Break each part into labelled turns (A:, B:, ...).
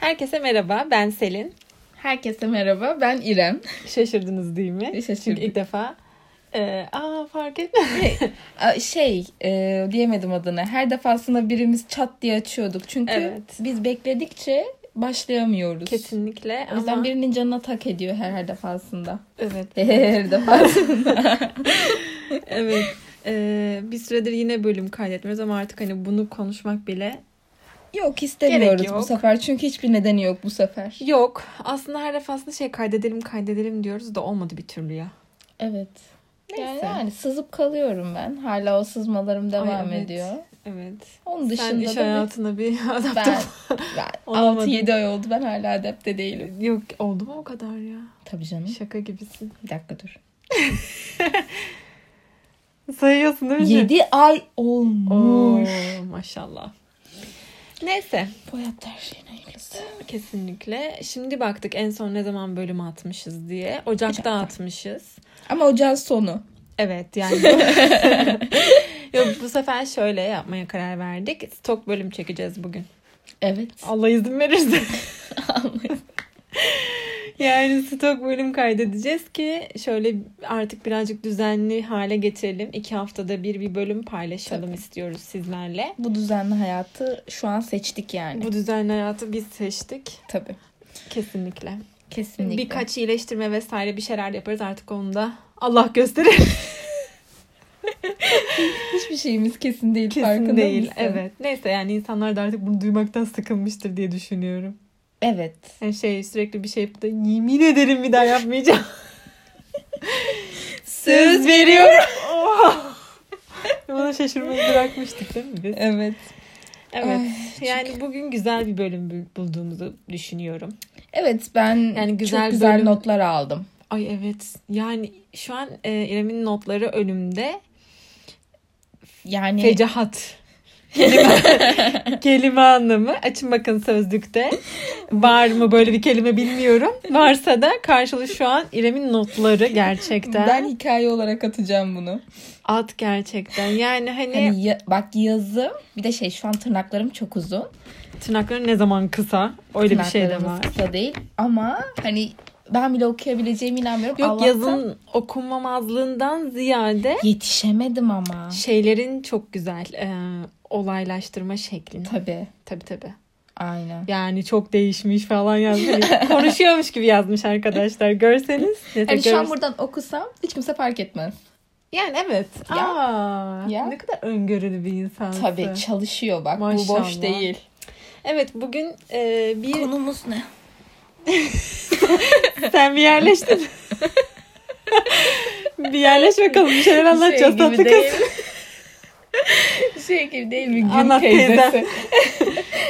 A: Herkese merhaba, ben Selin.
B: Herkese merhaba, ben İrem.
A: Şaşırdınız değil mi?
B: Şaşırdık.
A: Çünkü ilk defa e, aa fark etmedim.
B: Aa, Şey, e, diyemedim adını. Her defasında birimiz çat diye açıyorduk. Çünkü
A: Evet.
B: biz bekledikçe başlayamıyoruz.
A: Kesinlikle
B: O yüzden
A: ama
B: birinin canına tak ediyor her her defasında.
A: evet,
B: Her defasında.
A: evet. E, bir süredir yine bölüm kaydetmiyoruz ama artık hani bunu konuşmak bile
B: yok istemiyoruz
A: Gerek
B: bu
A: yok.
B: sefer. Çünkü hiçbir nedeni yok bu sefer.
A: yok. Aslında her defasında şey kaydedelim kaydedelim diyoruz da olmadı bir türlü ya.
B: Evet. Yani,
A: Neyse.
B: yani sızıp kalıyorum ben. Hala o sızmalarım devam
A: evet.
B: ediyor.
A: Evet.
B: Onun
A: Sen
B: dışında
A: iş
B: da bir-
A: hayatına bir adapte
B: ben,
A: ol-
B: ben
A: Olamadım.
B: 6-7 ay oldu. Ben hala adapte değilim.
A: Yok oldu mu o kadar ya?
B: Tabii canım.
A: Şaka gibisin.
B: Bir dakika dur.
A: Sayıyorsun değil mi?
B: 7 ay
A: Oo,
B: olmuş.
A: maşallah. Neyse.
B: Bu hayatta her şeyin hayırlısı.
A: Kesinlikle. Şimdi baktık en son ne zaman bölüm atmışız diye. Ocak'ta,
B: Ocak'ta.
A: atmışız.
B: Ama ocağın sonu.
A: Evet yani. Yok bu sefer şöyle yapmaya karar verdik. Stok bölüm çekeceğiz bugün.
B: Evet.
A: Allah izin verirse. Yani stok bölüm kaydedeceğiz ki şöyle artık birazcık düzenli hale getirelim. İki haftada bir bir bölüm paylaşalım
B: Tabii.
A: istiyoruz sizlerle.
B: Bu düzenli hayatı şu an seçtik yani.
A: Bu düzenli hayatı biz seçtik.
B: Tabii.
A: Kesinlikle.
B: Kesinlikle.
A: Birkaç iyileştirme vesaire bir şeyler yaparız artık onu da Allah gösterir.
B: Hiçbir şeyimiz kesin değil.
A: Kesin
B: farkında
A: değil.
B: mısın?
A: Evet. Neyse yani insanlar da artık bunu duymaktan sıkılmıştır diye düşünüyorum.
B: Evet.
A: Yani şey sürekli bir şey yapıp da yemin ederim bir daha yapmayacağım.
B: Söz veriyorum.
A: Oha! Bana şaşırmayı bırakmıştık değil mi biz?
B: Evet.
A: Evet.
B: Ay,
A: yani bugün güzel bir bölüm bul- bulduğumuzu düşünüyorum.
B: Evet ben
A: Yani güzel
B: çok güzel
A: bölüm-
B: notlar aldım.
A: Ay evet. Yani şu an e, İrem'in notları önümde.
B: Yani
A: Fecahat. Kelime, kelime anlamı. Açın bakın sözlükte. Var mı böyle bir kelime bilmiyorum. Varsa da karşılığı şu an İrem'in notları gerçekten.
B: ben hikaye olarak atacağım bunu.
A: At gerçekten. Yani hani,
B: Hani ya- bak yazı bir de şey şu an tırnaklarım çok uzun.
A: tırnakların ne zaman kısa. Öyle bir şey de
B: Tırnaklarımız
A: var.
B: kısa değil ama hani ben bile okuyabileceğime inanmıyorum.
A: Yok
B: Allah'tan
A: yazın okunmamazlığından ziyade
B: Yetişemedim ama.
A: şeylerin çok güzel e, olaylaştırma şeklini.
B: Tabii.
A: Tabii tabii.
B: Aynen.
A: Yani çok değişmiş falan yazmış. Konuşuyormuş gibi yazmış arkadaşlar. Görseniz. Ne
B: Hani şu an
A: görürsünüz.
B: buradan okusam hiç kimse fark etmez.
A: Yani evet.
B: Ya.
A: Aa,
B: Ya.
A: Ne kadar öngörülü bir insansın.
B: Tabii çalışıyor bak. Bu
A: Maşallah.
B: boş değil.
A: Evet bugün e, bir...
B: Konumuz ne?
A: Sen bir yerleştin. bir yerleş bakalım. Bir şeyler anlatacağız
B: şey
A: tatlı
B: gibi
A: kız.
B: değil. şey gibi değil mi? Gün
A: Anlat
B: teyzesi.
A: teyze.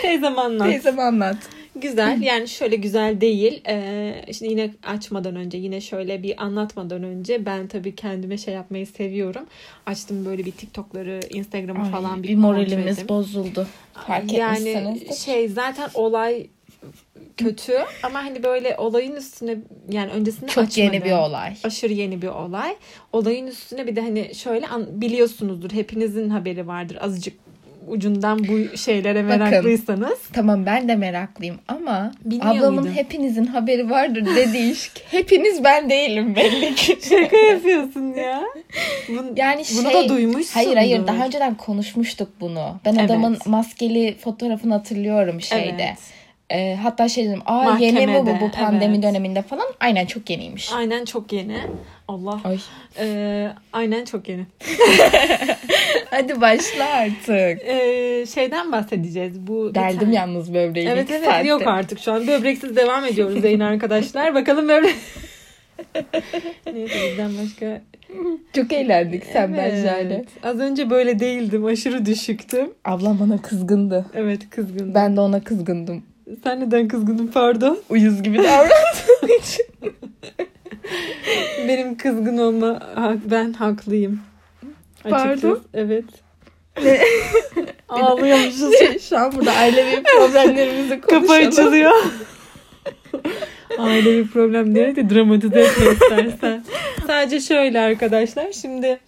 A: Teyzem anlat.
B: Teyzem anlat.
A: Güzel. Yani şöyle güzel değil. Ee, şimdi yine açmadan önce yine şöyle bir anlatmadan önce ben tabii kendime şey yapmayı seviyorum. Açtım böyle bir TikTok'ları, Instagram'ı
B: Ay,
A: falan
B: bir,
A: kontrol
B: moralimiz
A: ettim.
B: bozuldu. Fark
A: Yani
B: etmişsinizdir.
A: şey zaten olay kötü ama hani böyle olayın üstüne yani öncesinde
B: Çok
A: açmadım.
B: yeni bir olay.
A: Aşırı yeni bir olay. Olayın üstüne bir de hani şöyle an- biliyorsunuzdur hepinizin haberi vardır azıcık ucundan bu şeylere
B: Bakın.
A: meraklıysanız.
B: Tamam ben de meraklıyım ama
A: Bilmiyor
B: ablamın
A: muydun?
B: hepinizin haberi vardır dediği iş. Hepiniz ben değilim belli ki.
A: Şaka yapıyorsun ya. Bun-
B: Yani
A: bunu
B: şey-
A: da duymuşsun.
B: Hayır hayır daha önceden konuşmuştuk bunu. Ben
A: Evet.
B: adamın maskeli fotoğrafını hatırlıyorum şeyde. Ee, hatta şey dedim aa yeni mi bu
A: Mahkemede,
B: bu pandemi
A: evet.
B: döneminde falan. Aynen çok yeniymiş.
A: Aynen çok yeni. Allah.
B: Ay.
A: Ee, aynen çok yeni.
B: Hadi başla artık.
A: Ee, şeyden bahsedeceğiz. Bu bir
B: Deldim
A: tane-
B: yalnız böbreği.
A: Evet
B: iki
A: evet
B: saatte.
A: yok artık şu an böbreksiz devam ediyoruz yayın arkadaşlar. Bakalım böbrek. Neyse bizden başka.
B: Çok eğlendik sen ben
A: Evet.
B: Jale.
A: Az önce böyle değildim. Aşırı düşüktüm.
B: Ablam bana kızgındı.
A: Evet kızgındım.
B: Ben de ona kızgındım.
A: Sen neden kızgındın pardon?
B: Uyuz gibi davrandığım için.
A: Benim kızgın olma ha- ben haklıyım.
B: Pardon?
A: Açıkçası, Evet. Ağlıyormuşuz.
B: Şu an burada ailevi problemlerimizi konuşalım.
A: Kapı açılıyor. Ailevi problemleri de dramatize etme istersen. Sadece şöyle arkadaşlar. Şimdi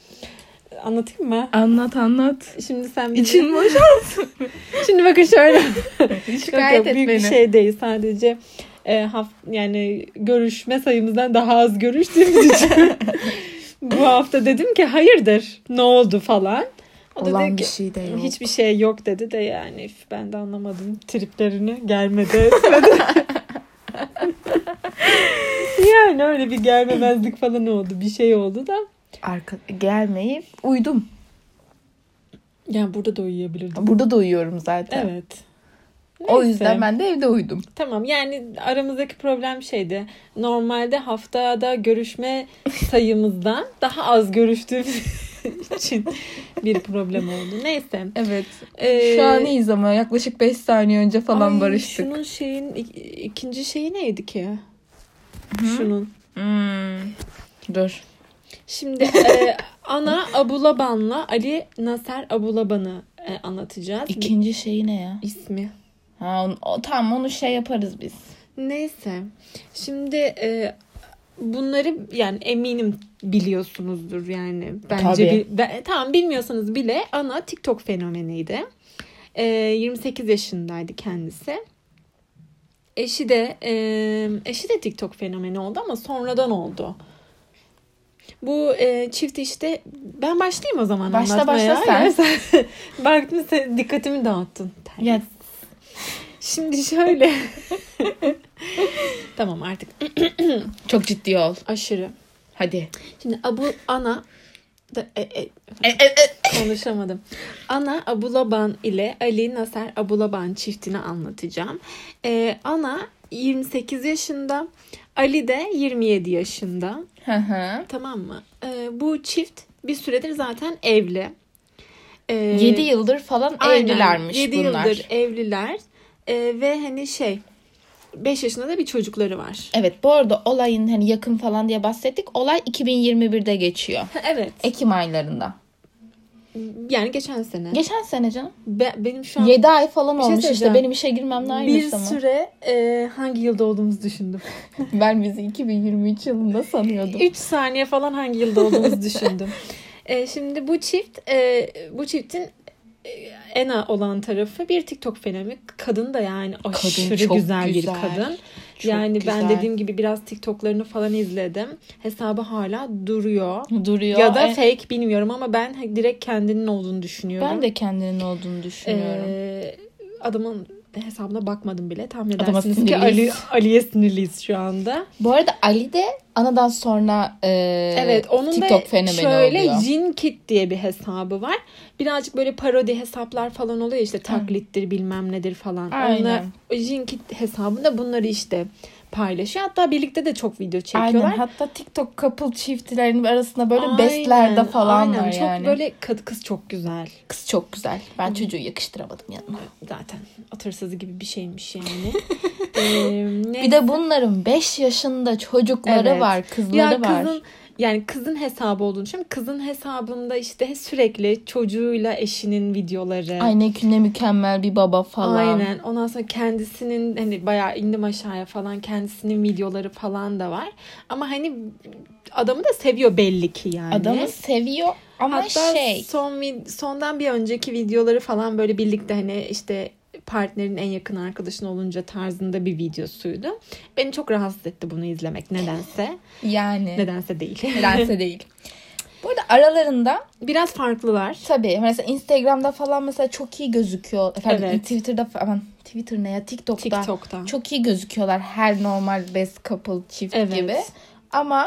A: Anlatayım mı?
B: Anlat anlat.
A: Şimdi sen bizi-
B: İçin boşalt.
A: Şimdi bakın şöyle.
B: Şikayet
A: Yok, yok,
B: et
A: büyük
B: beni.
A: bir şey değil. Sadece e, haf- yani görüşme sayımızdan daha az görüştüğümüz için bu hafta dedim ki hayırdır ne oldu falan. O da dedi
B: Olan bir
A: ki
B: şey de yok.
A: hiçbir şey yok dedi de yani üf, ben de anlamadım triplerini gelmedi etmedi. yani öyle bir gelmemezlik falan oldu bir şey oldu da.
B: Arka, gelmeyip uyudum.
A: Yani burada da uyuyabilirdim.
B: Burada da uyuyorum zaten.
A: Evet.
B: O
A: Neyse.
B: yüzden ben de evde uyudum.
A: Tamam yani aramızdaki problem şeydi. Normalde haftada görüşme sayımızdan daha az görüştüğümüz için bir problem oldu. Neyse.
B: Evet.
A: Ee,
B: Şu an iyiyiz ama yaklaşık 5 saniye önce falan
A: ay,
B: barıştık.
A: Şunun şeyin ik- ikinci şeyi neydi ki? Şunun.
B: Hmm. Dur.
A: Şimdi e, Ana Abulaban'la Ali Nasser Abulaban'ı e, anlatacağız.
B: İkinci şey ne ya?
A: İsmi.
B: Ha, on, o, tamam onu şey yaparız biz.
A: Neyse. Şimdi e, bunları yani eminim biliyorsunuzdur yani. Bence
B: Tabii.
A: bi- ben- tamam bilmiyorsanız bile ana TikTok fenomeniydi. E, 28 yaşındaydı kendisi. Eşi de e, eşi de TikTok fenomeni oldu ama sonradan oldu. Bu e, çift işte ben başlayayım o zaman
B: Başla,
A: anlatmaya.
B: başla sen.
A: Ya Baktım sen dikkatimi dağıttın.
B: Ya
A: Şimdi şöyle. tamam artık
B: çok ciddi ol.
A: aşırı.
B: Hadi.
A: Şimdi Abu Ana da, e, e,
B: E, e, e.
A: konuşamadım. Ana Abulaban ile Ali Nasser Abulaban çiftini anlatacağım. Ee, Ana 28 yaşında, Ali de 27 yaşında.
B: Hı hı.
A: Tamam mı? Ee, bu çift bir süredir zaten evli. Ee,
B: 7 yıldır falan
A: Aynen.
B: evlilermiş
A: Yedi
B: bunlar.
A: yıldır evliler Ee, ve hani şey 5 yaşında da bir çocukları var.
B: Evet bu arada olayın hani yakın falan diye bahsettik. Olay 2021'de geçiyor.
A: Ha, Evet.
B: Ekim aylarında.
A: E, Yani geçen sene.
B: Geçen sene canım.
A: Be- benim şu an
B: 7 ay falan
A: şey
B: olmuş işte
A: söyleyeceğim.
B: benim işe girmemle aynı
A: bir
B: zaman.
A: süre e, hangi yılda olduğumuzu düşündüm.
B: Ben bizi 2023 yılında sanıyordum.
A: 3 saniye falan hangi yılda olduğumuzu düşündüm. E, şimdi bu çift e, bu çiftin e, ena olan tarafı bir TikTok fenomeni. Kadın da yani aşırı
B: çok
A: güzel,
B: güzel.
A: bir kadın.
B: Çok
A: yani ben
B: güzel.
A: dediğim gibi biraz TikTok'larını falan izledim. Hesabı hala duruyor.
B: duruyor.
A: Ya da
B: E,
A: fake bilmiyorum ama ben direkt kendinin olduğunu düşünüyorum.
B: ben de kendinin olduğunu düşünüyorum.
A: Ee, adamın hesabına bakmadım bile. Tahmin
B: Adama
A: edersiniz ki Ali,
B: sinirliyiz.
A: Ali'ye sinirliyiz şu anda.
B: Bu arada Ali de anadan sonra e,
A: Evet onun
B: TikTok
A: da
B: fenomeni
A: şöyle
B: oluyor.
A: Jin Kit diye bir hesabı var. Birazcık böyle parodi hesaplar falan oluyor işte taklittir bilmem nedir falan.
B: Aynen.
A: Onlar Jin Kit hesabında bunları işte paylaşıyor. Hatta birlikte de çok video çekiyorlar.
B: Aynen hatta TikTok couple çiftlerinin arasında böyle
A: Aynen,
B: bestlerde falan
A: aynen.
B: var
A: çok
B: yani.
A: böyle kad- kız çok güzel.
B: Kız çok güzel. Ben çocuğu yakıştıramadım yanına.
A: Zaten atırsızı gibi bir şeymiş yani. Ee, ne-
B: Bir de bunların 5 yaşında çocukları
A: Evet.
B: var, kızları
A: Ya
B: var.
A: kızın yani kızın hesabı olduğunu düşünüyorum. Kızın hesabında işte sürekli çocuğuyla eşinin videoları.
B: Ay ne küne mükemmel bir baba falan.
A: Aynen. Ondan sonra kendisinin hani bayağı indim aşağıya falan kendisinin videoları falan da var. Ama hani adamı da seviyor belli ki yani.
B: Adamı seviyor ama
A: Hatta
B: şey
A: son vid- sondan bir önceki videoları falan böyle birlikte hani işte partnerin en yakın arkadaşın olunca tarzında bir videosuydu. Beni çok rahatsız etti bunu izlemek nedense.
B: yani
A: Nedense değil.
B: nedense değil. Bu arada aralarında
A: Biraz farklılar.
B: tabii mesela Instagram'da falan mesela çok iyi gözüküyor. Efendim
A: Evet.
B: Twitter'da falan Twitter ne ya TikTok'ta,
A: TikTok'ta.
B: çok iyi gözüküyorlar her normal best couple çift
A: Evet.
B: gibi. Ama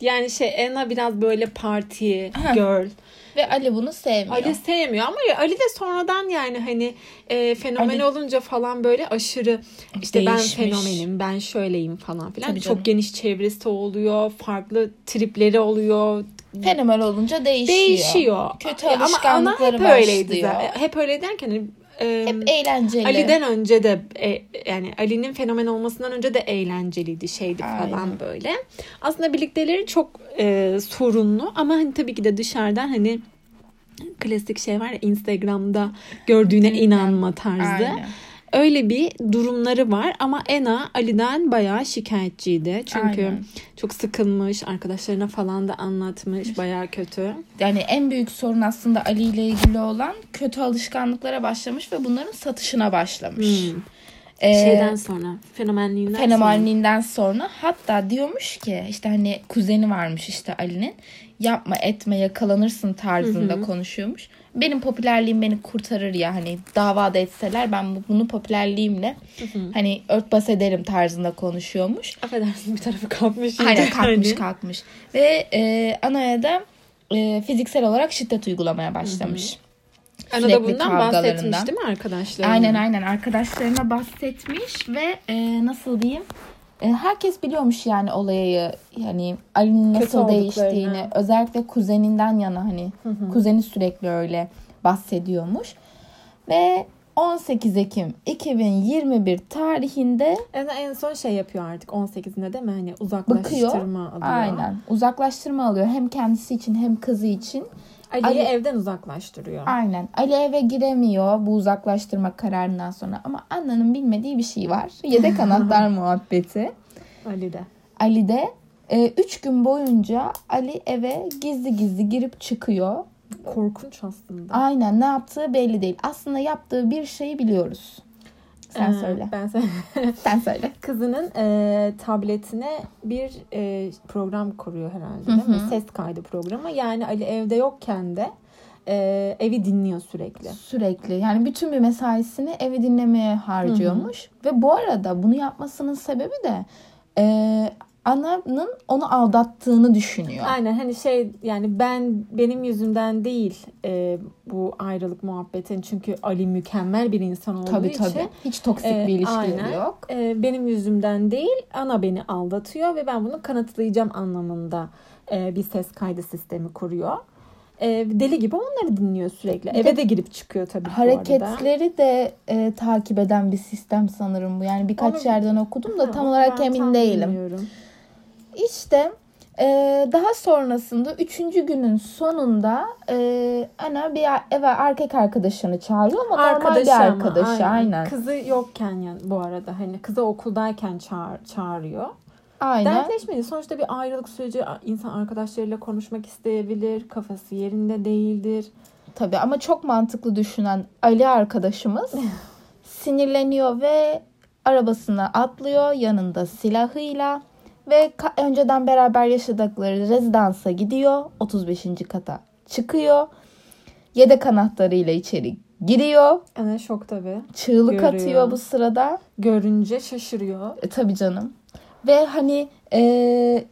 A: Yani şey Ena biraz böyle party
B: Aha.
A: girl.
B: ve Ali bunu sevmiyor.
A: Ali sevmiyor ama ya Ali de sonradan yani hani e, fenomen
B: Ali-
A: olunca falan böyle aşırı işte
B: Değişmiş.
A: ben fenomenim ben şöyleyim falan filan.
B: Tabii
A: Çok
B: canım.
A: geniş çevresi oluyor. Farklı tripleri oluyor.
B: Fenomen olunca değişiyor.
A: Değişiyor.
B: Kötü
A: Ya ama ana
B: alışkanlıkları
A: hep öyleydi.
B: başlıyor.
A: zaten. Hep öyle derken hani, e,
B: Hep eğlenceli.
A: Ali'den önce de e, yani Ali'nin fenomen olmasından önce de eğlenceliydi şeydi
B: Aynen.
A: falan böyle. Aslında birlikteleri çok e, sorunlu ama hani tabii ki de dışarıdan hani klasik şey var ya Instagram'da gördüğüne inanma tarzı.
B: Aynen.
A: Öyle bir durumları var ama Ena Ali'den bayağı şikayetçiydi. Çünkü
B: Aynen.
A: çok sıkılmış, arkadaşlarına falan da anlatmış bayağı kötü.
B: Yani en büyük sorun aslında Ali ile ilgili olan kötü alışkanlıklara başlamış ve bunların satışına başlamış.
A: Hmm.
B: Ee,
A: Şeyden sonra, fenomenliğinden sonra.
B: fenomenliğinden sonra hatta diyormuş ki işte hani kuzeni varmış işte Ali'nin yapma etme yakalanırsın tarzında konuşuyormuş. Benim popülerliğim beni kurtarır ya hani davada etseler ben bu- bunu popülerliğimle hani örtbas ederim tarzında konuşuyormuş.
A: Affedersin bir tarafı kalkmış.
B: Aynen
A: yiyecek
B: kalkmış
A: hani.
B: kalkmış. Ve e, Ana'ya da e, fiziksel olarak şiddet uygulamaya başlamış.
A: Ana da
B: Sürekli
A: bundan
B: kavgalarından.
A: bahsetmiş değil mi arkadaşlar?
B: Aynen aynen arkadaşlarına bahsetmiş ve e, nasıl diyeyim E, herkes biliyormuş yani olayı yani Ali'nin
A: Kötü
B: nasıl
A: olduklarını.
B: değiştiğini özellikle kuzeninden yana hani kuzeni sürekli öyle bahsediyormuş ve 18 Ekim 2021 tarihinde
A: En, en son şey yapıyor artık 18'inde değil mi? Hani uzaklaştırma alıyor.
B: aynen uzaklaştırma alıyor hem kendisi için hem kızı için
A: Ali'yi
B: Ali-
A: evden uzaklaştırıyor.
B: Aynen. Ali eve giremiyor bu uzaklaştırma kararından sonra ama Anna'nın bilmediği bir şey var. Yedek anahtar muhabbeti.
A: Ali de.
B: Ali de 3 Ee, gün boyunca Ali eve gizli gizli girip çıkıyor.
A: Korkunç aslında.
B: Aynen ne yaptığı belli değil. Aslında yaptığı bir şeyi biliyoruz. Sen
A: Ee,
B: söyle.
A: Ben sen-
B: Sen söyle.
A: Kızının e, tabletine bir e, program kuruyor herhalde değil mi? Ses kaydı programı. Yani Ali evde yokken de e, evi dinliyor sürekli.
B: Sürekli yani bütün bir mesaisini evi dinlemeye harcıyormuş. Ve bu arada bunu yapmasının sebebi de e, ananın onu aldattığını düşünüyor.
A: Aynen hani şey yani ben benim yüzümden değil e, bu ayrılık muhabbetin çünkü Ali mükemmel bir insan olduğu
B: Tabii
A: için
B: tabii. Hiç toksik
A: Ee,
B: bir
A: aynen.
B: ilişkileri yok.
A: e, benim yüzümden değil ana beni aldatıyor ve ben bunu kanıtlayacağım anlamında e, bir ses kaydı sistemi kuruyor. E, deli gibi onları dinliyor sürekli. Eve de girip çıkıyor tabii bu arada.
B: Hareketleri de e, takip eden bir sistem sanırım bu. Yani birkaç
A: Onu-
B: yerden
A: Ha,
B: okudum da tam olarak
A: ben
B: emin
A: tam
B: değilim.
A: bilmiyorum.
B: İşte e, daha sonrasında üçüncü günün sonunda e, ana bir a- eve erkek arkadaşını çağırıyor ama normal
A: Arkadaşı
B: bir
A: ama,
B: arkadaşı aynen. Aynen.
A: Kızı yokken yani bu arada hani kızı okuldayken çağır, çağırıyor. Dertleşmedi. Sonuçta bir ayrılık süreci insan arkadaşlarıyla konuşmak isteyebilir. Kafası yerinde değildir.
B: Tabii ama çok mantıklı düşünen Ali arkadaşımız sinirleniyor ve arabasına atlıyor yanında silahıyla ve ka- önceden beraber yaşadıkları rezidansa gidiyor. 35. kata çıkıyor. Yedek anahtarıyla içeri giriyor.
A: Ana şok tabii.
B: Çığlık
A: Görüyor.
B: atıyor bu sırada.
A: Görünce şaşırıyor.
B: E, tabii canım. Ve hani e,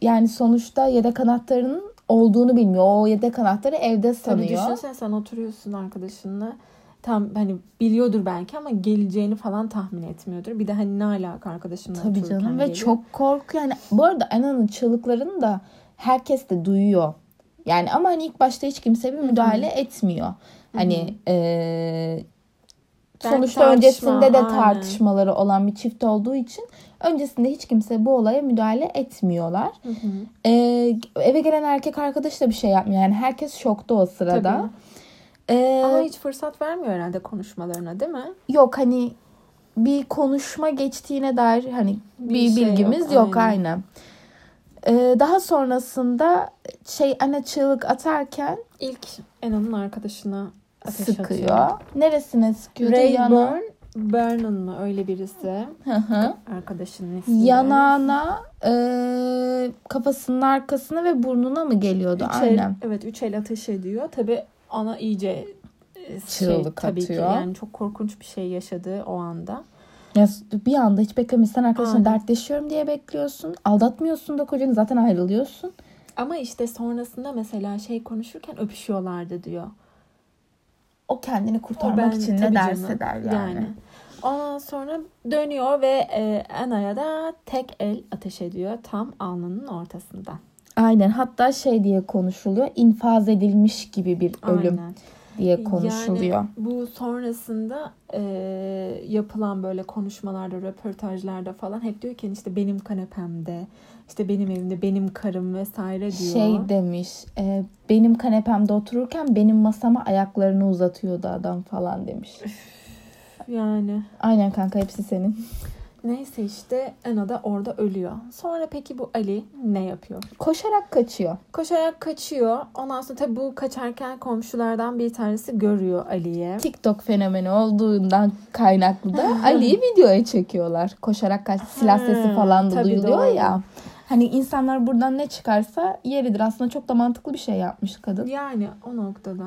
B: yani sonuçta yedek anahtarının olduğunu bilmiyor. O yedek anahtarı evde
A: Tabii
B: sanıyor.
A: düşünsene sen oturuyorsun arkadaşınla. Tam hani biliyordur belki ama geleceğini falan tahmin etmiyordur. Bir de hani ne alaka arkadaşınla
B: Tabii
A: otururken
B: canım ve
A: geliyor.
B: çok korku yani bu arada Ana'nın çığlıklarını da herkes de duyuyor. Yani ama hani ilk başta hiç kimse bir müdahale etmiyor. Hani eee,
A: Belki
B: sonuçta
A: tartışma,
B: öncesinde de
A: aynen.
B: tartışmaları olan bir çift olduğu için öncesinde hiç kimse bu olaya müdahale etmiyorlar. Eee, eve gelen erkek arkadaş da bir şey yapmıyor. Yani herkes şokta o sırada. Eee,
A: Ama hiç fırsat vermiyor herhalde konuşmalarına değil mi?
B: yok hani bir konuşma geçtiğine dair hani bir,
A: Bir şey
B: bilgimiz
A: yok,
B: yok,
A: aynen.
B: aynen. Ee, daha sonrasında şey ana çığlık atarken
A: İlk Ena'nın arkadaşına ateş
B: sıkıyor.
A: atıyor.
B: Neresine sıkıyor? Yana,
A: Rayburn Vernon mı öyle birisi?
B: Hı hı.
A: Arkadaşının ismi.
B: yanağına e, kafasının arkasına ve burnuna mı geliyordu?
A: Üç el-
B: Aynen.
A: evet üç el ateş ediyor. Tabi ana iyice e,
B: Çığlık
A: tabii ki
B: atıyor.
A: yani çok korkunç bir şey yaşadı o anda.
B: Ya, bir anda hiç beklemişsen arkadaşına
A: Aynen.
B: dertleşiyorum diye bekliyorsun. Aldatmıyorsun da kocanı zaten ayrılıyorsun.
A: Ama işte sonrasında mesela şey konuşurken öpüşüyorlardı diyor.
B: O kendini
A: O
B: kurtarmak
A: ben-
B: için
A: tabii canım,
B: ne derse der yani.
A: Ondan sonra dönüyor ve e, Ana'ya da tek el ateş ediyor tam alnının ortasından.
B: Aynen hatta şey diye konuşuluyor infaz edilmiş gibi bir ölüm
A: Aynen.
B: diye konuşuluyor.
A: Yani bu sonrasında e, yapılan böyle konuşmalarda, röportajlarda falan hep diyor ki işte benim kanepemde, işte benim evimde, benim karım vesaire diyor.
B: şey demiş e, benim kanepemde otururken benim masama ayaklarını uzatıyordu adam falan demiş.
A: Yani.
B: Aynen kanka hepsi senin.
A: Neyse işte Ana da orada ölüyor. Sonra peki bu Ali ne yapıyor?
B: Koşarak kaçıyor.
A: Koşarak kaçıyor. Ondan sonra tabii bu kaçarken komşulardan bir tanesi görüyor Ali'ye.
B: TikTok fenomeni olduğundan kaynaklı da Ali'yi videoya çekiyorlar. Koşarak kaç silah sesi
A: Ha,
B: falan da
A: tabii
B: duyuluyor
A: doğru.
B: ya. Hani insanlar buradan ne çıkarsa yeridir. Aslında çok da mantıklı bir şey yapmış kadın.
A: Yani o noktada.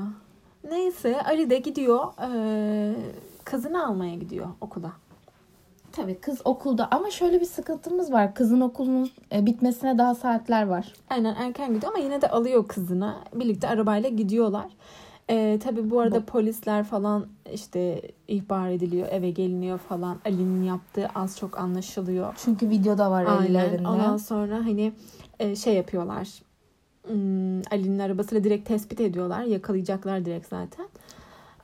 A: Neyse Ali de gidiyor. eee, kızını almaya gidiyor okula.
B: Tabii kız okulda ama şöyle bir sıkıntımız var. Kızın okulunun e, bitmesine daha saatler var.
A: Aynen erken gidiyor ama yine de alıyor kızını. Birlikte arabayla gidiyorlar. Ee, tabii bu arada polisler falan işte ihbar ediliyor, eve geliniyor falan. Ali'nin yaptığı az çok anlaşılıyor.
B: Çünkü videoda var
A: Aynen.
B: ellerinde.
A: Ondan sonra hani e, şey yapıyorlar. Hmm, Ali'nin arabasıyla direkt tespit ediyorlar. Yakalayacaklar direkt zaten.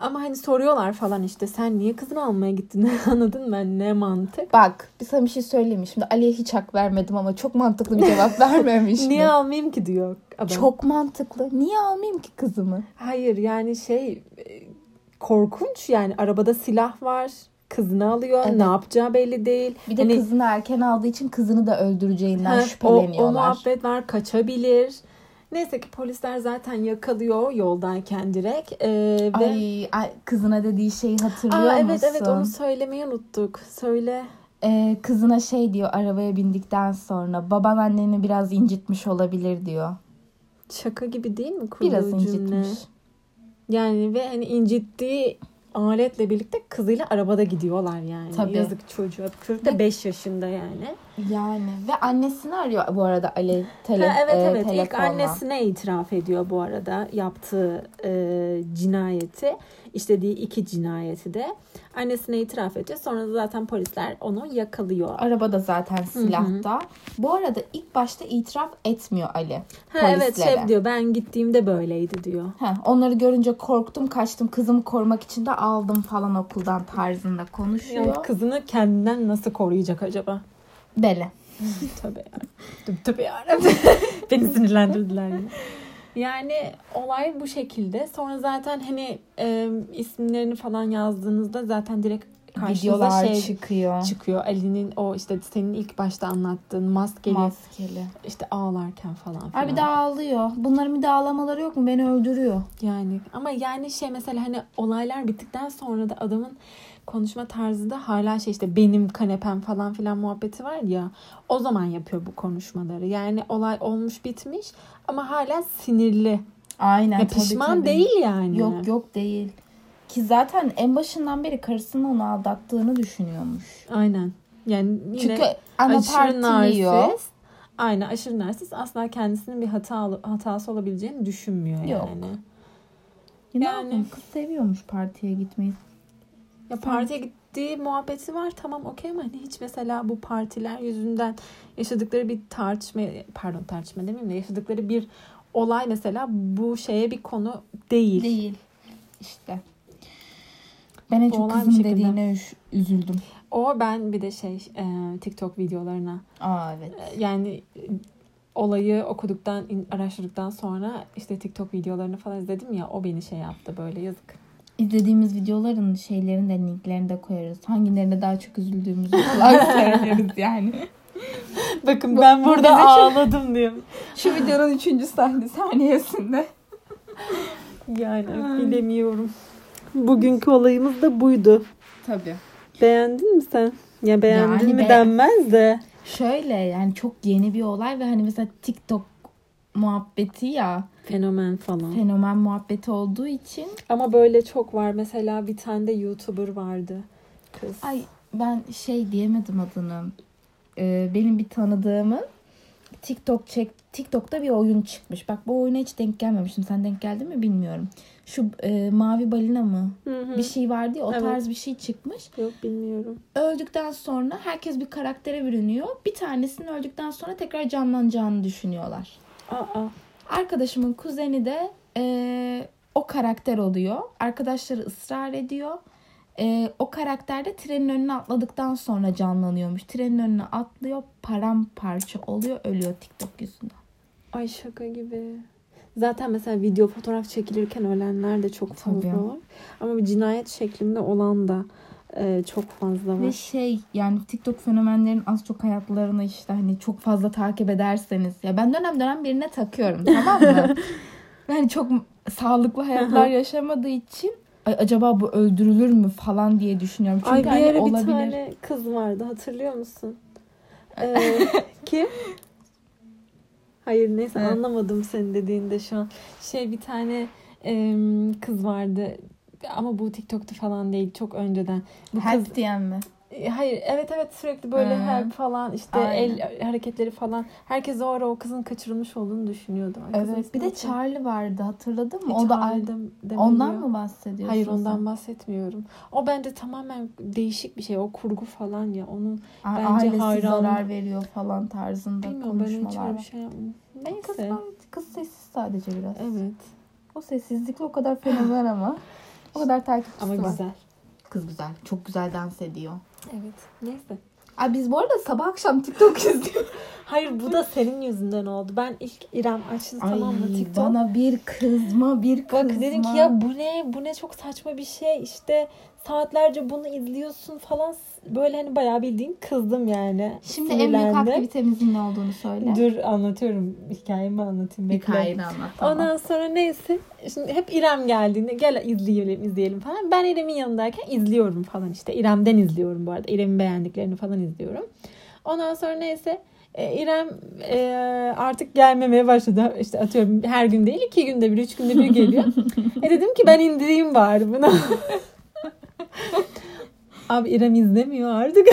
A: Ama hani soruyorlar falan işte sen niye kızını almaya gittin anladın mı? Hani Ne mantık?
B: Bak bir sana bir şey söyleyeyim mi? Şimdi Ali'ye hiç hak vermedim ama çok mantıklı bir cevap vermemiş. mi?
A: Niye almayayım ki diyor adam.
B: Çok mantıklı. Niye almayayım ki kızımı?
A: Hayır yani şey e, korkunç yani arabada silah var. Kızını alıyor.
B: Evet.
A: Ne yapacağı belli değil.
B: Bir de
A: Hani-
B: kızını erken aldığı için kızını da öldüreceğinden
A: Heh, o, o
B: şüpheleniyorlar.
A: muhabbet var kaçabilir. Neyse ki polisler zaten yakalıyor yoldayken direkt. Ee, ve
B: Ay, ay, kızına dediği şeyi hatırlıyor
A: Aa,
B: musun?
A: evet evet onu söylemeyi unuttuk. Söyle.
B: Ee, kızına şey diyor arabaya bindikten sonra baban anneni biraz incitmiş olabilir diyor.
A: Şaka gibi değil mi kurduğu
B: Biraz
A: cümle?
B: incitmiş.
A: Yani ve hani incittiği aletle birlikte kızıyla arabada gidiyorlar yani.
B: Tabii.
A: Yazık çocuğa. Çocuk da 5 yaşında yani.
B: Yani ve annesini arıyor bu arada Ali tele,
A: Ha, evet
B: e,
A: evet ilk
B: telefonla.
A: annesine itiraf ediyor bu arada yaptığı e, cinayeti işlediği iki cinayeti de annesine itiraf ediyor sonra da zaten polisler onu yakalıyor.
B: Arabada zaten silahta. Bu arada ilk başta itiraf etmiyor Ali.
A: Ha, evet
B: polislere.
A: şey diyor ben gittiğimde böyleydi diyor.
B: Heh, onları görünce korktum kaçtım kızımı korumak için de aldım falan okuldan tarzında konuşuyor.
A: Yani kızını kendinden nasıl koruyacak acaba?
B: Deli.
A: Tabii yarabbim. Tabii yarabbim. Beni sinirlendirdiler yine. Yani olay bu şekilde. Sonra zaten hani e, isimlerini falan yazdığınızda zaten direkt karşınıza
B: Videolar
A: şey
B: çıkıyor.
A: çıkıyor. Ali'nin o işte senin ilk başta anlattığın maskeli
B: Maskeli.
A: işte ağlarken falan filan.
B: Ay bir de ağlıyor. Bunların bir de ağlamaları yok mu? Beni öldürüyor.
A: Yani ama yani şey mesela hani olaylar bittikten sonra da adamın konuşma tarzı da hala şey işte benim kanepem falan filan muhabbeti var ya o zaman yapıyor bu konuşmaları. Yani olay olmuş bitmiş ama hala sinirli.
B: Aynen.
A: Ya
B: tabii,
A: pişman
B: tabii.
A: değil yani.
B: Yok yok değil. Ki zaten en başından beri karısının onu aldattığını düşünüyormuş.
A: Aynen. Yani yine
B: Çünkü ana
A: aşırı
B: partiliyor.
A: narsist. Aynen aşırı narsist asla kendisinin bir hata hatası olabileceğini düşünmüyor yani.
B: Yok. Ne
A: Yani.
B: yapayım? Kız seviyormuş partiye gitmeyi.
A: Ya partiye gittiği muhabbeti var tamam okey ama hani hiç mesela bu partiler yüzünden yaşadıkları bir tartışma pardon tartışma demeyeyim de yaşadıkları bir olay mesela bu şeye bir konu değil.
B: Değil. İşte. Ben en
A: Bu
B: çok
A: olay bu
B: kızın
A: şekilde.
B: dediğine üş- üzüldüm.
A: O ben bir de şey e, TikTok videolarına
B: Aa evet.
A: e, yani e, olayı okuduktan in- araştırdıktan sonra işte TikTok videolarını falan izledim ya o beni şey yaptı böyle yazık.
B: İzlediğimiz videoların şeylerini de linklerini de koyarız. Hangilerine daha çok üzüldüğümüzü falan söyleriz yani.
A: Bakın
B: Bu-
A: ben
B: bu
A: burada
B: bizi-
A: ağladım diyorum.
B: Şu videonun üçüncü sahne saniyesinde.
A: Yani bilemiyorum. Bugünkü olayımız da buydu.
B: Tabii.
A: Beğendin mi sen? Ya beğendin
B: Yani
A: mi
B: be-
A: denmez de.
B: Şöyle yani çok yeni bir olay ve hani mesela TikTok muhabbeti ya
A: Fenomen falan.
B: fenomen muhabbeti olduğu için
A: Ama böyle çok var. Mesela bir tane de YouTuber vardı. Kız.
B: ay ben şey diyemedim adını Ee, benim bir tanıdığımın TikTok çek TikTok'ta bir oyun çıkmış bak bu oyuna hiç denk gelmemiştim sen denk geldin mi bilmiyorum şu e, mavi balina mı
A: Hı hı.
B: bir şey vardı ya o
A: Evet.
B: tarz bir şey çıkmış
A: Yok bilmiyorum.
B: öldükten sonra herkes bir karaktere bürünüyor bir tanesinin öldükten sonra tekrar canlanacağını düşünüyorlar
A: Aa.
B: Arkadaşımın kuzeni de eee, o karakter oluyor. Arkadaşları ısrar ediyor. Eee, o karakter de trenin önüne atladıktan sonra canlanıyormuş. Trenin önüne atlıyor, paramparça oluyor, ölüyor TikTok yüzünden.
A: Ay şaka gibi. Zaten mesela video fotoğraf çekilirken ölenler de çok fazla
B: Tabii.
A: var. Ama bir cinayet şeklinde olan da e, çok fazla
B: Ve
A: var.
B: şey yani TikTok fenomenlerin az çok hayatlarını işte hani çok fazla takip ederseniz ya ben dönem dönem birine takıyorum tamam mı? yani çok sağlıklı hayatlar yaşamadığı için Ay, acaba bu öldürülür mü falan diye düşünüyorum. Çünkü
A: Ay bir
B: hani
A: ara
B: olabilir.
A: bir tane kız vardı hatırlıyor musun? Ee, kim? Hayır neyse
B: Evet.
A: anlamadım senin dediğinde şu an. Şey bir tane e, kız vardı ama bu TikTok'ta falan değil çok önceden. Bu kız
B: Help diyen mi?
A: E, Hayır evet evet sürekli böyle
B: Hı.
A: help falan işte
B: Aynen.
A: el hareketleri falan. Herkes o ara o kızın kaçırılmış olduğunu düşünüyordu. Ay, kızın
B: Evet.
A: ismi
B: Bir de
A: hatırlamıyorum.
B: Charlie vardı hatırladın mı?
A: E,
B: O da
A: Charlie
B: ay-
A: dem- demeliyor.
B: ondan mı bahsediyorsun?
A: Hayır
B: sen?
A: ondan bahsetmiyorum. O bence tamamen değişik bir şey. O kurgu falan ya. Onun
B: A-
A: Bence
B: ailesi
A: hayran-
B: zarar veriyor falan tarzında
A: bilmiyorum ben hiç
B: konuşmalar.
A: öyle bir
B: var.
A: şey yapmıyorum.
B: Ama Kız,
A: Neyse.
B: kız sessiz sadece biraz.
A: Evet.
B: O sessizlikle o kadar fenomen ama. O kadar takipçisi
A: Ama
B: var.
A: güzel.
B: Kız güzel. Çok güzel dans ediyor.
A: Evet. Neyse.
B: Ay biz bu arada sabah akşam TikTok izliyoruz.
A: Hayır bu da senin yüzünden oldu. Ben ilk İrem açtı
B: Ay
A: tamam mı TikTok.
B: bana bir kızma bir kızma.
A: Bak dedim ki ya bu ne? Bu ne çok saçma bir şey. İşte saatlerce bunu izliyorsun falan. Böyle hani bayağı bildiğin kızdım yani.
B: Şimdi en büyük
A: Sinirlendim.
B: aktivitemizin ne olduğunu söyle.
A: Dur anlatıyorum. Hikayemi anlatayım. Bekle.
B: Hikayeni anlat. Tamam.
A: Ondan sonra neyse. Şimdi hep İrem geldiğinde gel izleyelim izleyelim falan. Ben İrem'in yanındayken izliyorum falan işte. İrem'den izliyorum bu arada. İrem'in beğendiklerini falan izliyorum. Ondan sonra neyse. e, İrem e, artık gelmemeye başladı. İşte atıyorum her gün değil iki günde bir, üç günde bir geliyor. e dedim ki ben indireyim bari bunu. Abi İrem izlemiyor artık.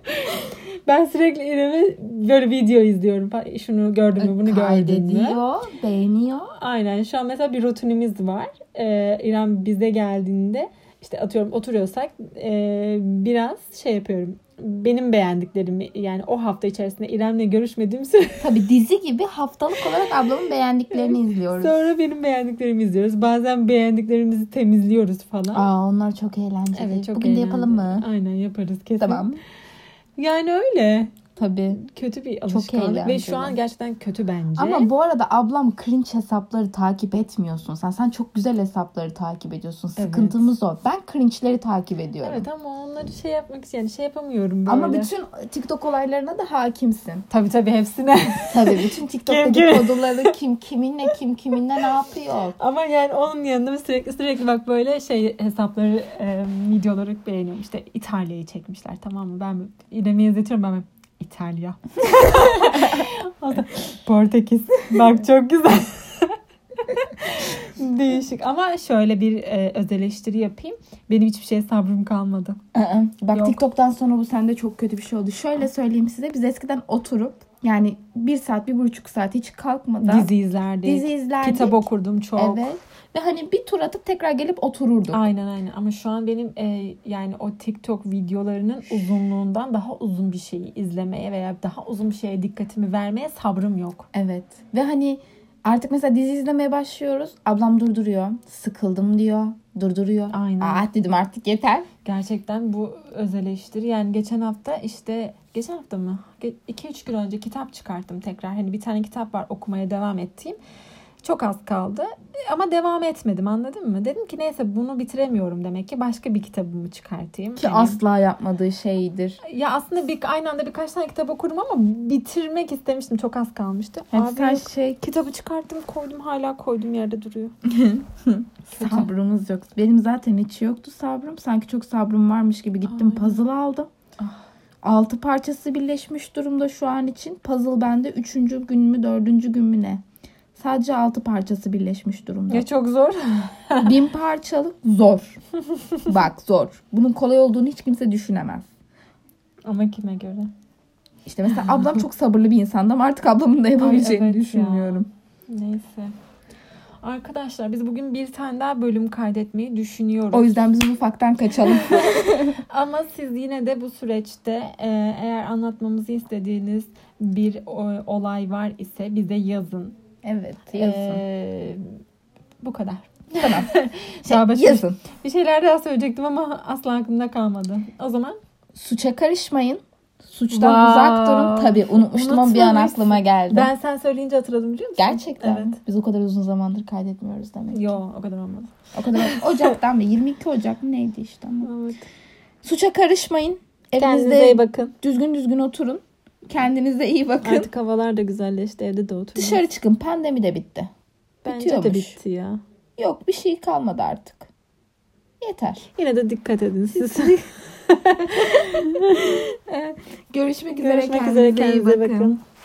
A: ben sürekli İrem'e böyle video izliyorum. falan. Şunu gördün mü bunu gördün mü?
B: Kaydediyor, beğeniyor.
A: Aynen şu an mesela bir rutinimiz var. Ee, İrem bize geldiğinde işte atıyorum oturuyorsak e, biraz şey yapıyorum. Benim beğendiklerimi yani o hafta içerisinde İrem'le görüşmediğim süre
B: Tabii dizi gibi haftalık olarak ablamın beğendiklerini izliyoruz.
A: sonra benim beğendiklerimi izliyoruz. Bazen beğendiklerimizi temizliyoruz falan.
B: Aa onlar çok eğlenceli. Bugün de
A: eğlenceli.
B: yapalım mı?
A: Aynen yaparız kesin.
B: Tamam.
A: Yani öyle.
B: Tabii.
A: Kötü bir
B: Çok
A: alışkanlık ve
B: eğlenceli.
A: şu an gerçekten kötü bence.
B: Ama bu arada ablam cringe hesapları takip etmiyorsun. Sen sen çok güzel hesapları takip ediyorsun.
A: Evet.
B: Sıkıntımız o. Ben cringe'leri takip ediyorum.
A: evet ama onları şey yapmak için yani şey yapamıyorum böyle.
B: Ama bütün TikTok olaylarına da hakimsin.
A: tabii tabii hepsine.
B: Tabii bütün TikTok'taki
A: Kim kim?
B: koduları kim kiminle kim kiminle ne yapıyor.
A: Ama yani onun yanında sürekli sürekli bak böyle şey hesapları e, video olarak beğeniyorum. İşte İtalya'yı çekmişler tamam mı? Ben İrem'i izletiyorum ben böyle, İtalya. O da, Portekiz. Bak çok güzel. Değişik ama şöyle bir e, öz eleştiri yapayım. Benim hiçbir şeye sabrım kalmadı.
B: Aa, Bak
A: Yok.
B: TikTok'tan sonra bu sende çok kötü bir şey oldu. Şöyle söyleyeyim size biz eskiden oturup yani bir saat bir buçuk saat hiç kalkmadan
A: Dizi izlerdik.
B: dizi izlerdik.
A: Kitap okurdum çok.
B: Evet. Ve hani bir tur atıp tekrar gelip otururduk.
A: Aynen aynen ama şu an benim e, yani o TikTok videolarının uzunluğundan daha uzun bir şeyi izlemeye veya daha uzun bir şeye dikkatimi vermeye sabrım yok.
B: Evet. Ve hani artık mesela dizi izlemeye başlıyoruz. Ablam durduruyor. Sıkıldım diyor. Durduruyor.
A: Aynen.
B: Ah dedim artık yeter.
A: Gerçekten bu öz eleştiri yani geçen hafta işte geçen hafta mı? 2-3 gün önce kitap çıkarttım tekrar hani bir tane kitap var okumaya devam ettiğim. Çok az kaldı E, ama devam etmedim anladın mı? Dedim ki neyse bunu bitiremiyorum demek ki başka bir kitabımı çıkartayım.
B: Ki
A: Hani-
B: asla yapmadığı şeydir.
A: Ya aslında bir aynı anda birkaç tane kitap okurum ama bitirmek istemiştim. Çok az kalmıştı.
B: Hep
A: Abi
B: sen
A: yok.
B: şey
A: kitabı çıkarttım koydum hala koyduğum yerde duruyor.
B: sabrımız yok. Benim zaten hiç yoktu sabrım. Sanki çok sabrım varmış gibi gittim
A: Aynen.
B: puzzle aldım.
A: Ah.
B: Altı parçası birleşmiş durumda şu an için. Puzzle bende üçüncü gün mü dördüncü gün mü ne? Sadece altı parçası birleşmiş durumda.
A: Ya çok zor.
B: Bin parçalık zor. Bak zor. Bunun kolay olduğunu hiç kimse düşünemez.
A: Ama kime göre?
B: İşte mesela ablam çok sabırlı bir insandı ama artık ablamın da yapabileceğini
A: Ay evet ya.
B: düşünmüyorum.
A: Neyse. Arkadaşlar biz bugün bir tane daha bölüm kaydetmeyi düşünüyoruz.
B: O yüzden biz ufaktan kaçalım.
A: Ama siz yine de bu süreçte e, eğer anlatmamızı istediğiniz bir o- olay var ise bize yazın.
B: evet
A: E, bu kadar.
B: tamam.
A: Daha başka-
B: Şey, yazın.
A: Bir şeyler daha söyleyecektim ama asla aklımda kalmadı. O zaman
B: Suça karışmayın. Suçtan
A: Vay.
B: uzak durun. Tabii unutmuştum ama bir an
A: Unutmamışsın.
B: aklıma geldi.
A: Ben sen söyleyince hatırladım biliyor musun?
B: Gerçekten
A: Evet.
B: mi? biz o kadar uzun zamandır kaydetmiyoruz demek.
A: Yo o kadar olmadı.
B: O kadar Ocak'tan ve 22 Ocak mı neydi işte ama.
A: Evet.
B: Suça karışmayın.
A: Kendinize
B: Evinizde
A: iyi bakın.
B: düzgün düzgün oturun. Kendinize iyi bakın.
A: Artık havalar da güzelleşti evde de oturun.
B: Dışarı çıkın. Pandemi de bitti.
A: Bence de
B: bitiyormuş.
A: bitti ya.
B: Yok bir şey kalmadı artık. Yeter.
A: Yine de dikkat edin siz.
C: Görüşmek üzere.
A: Görüşmek üzere kendinize bakın.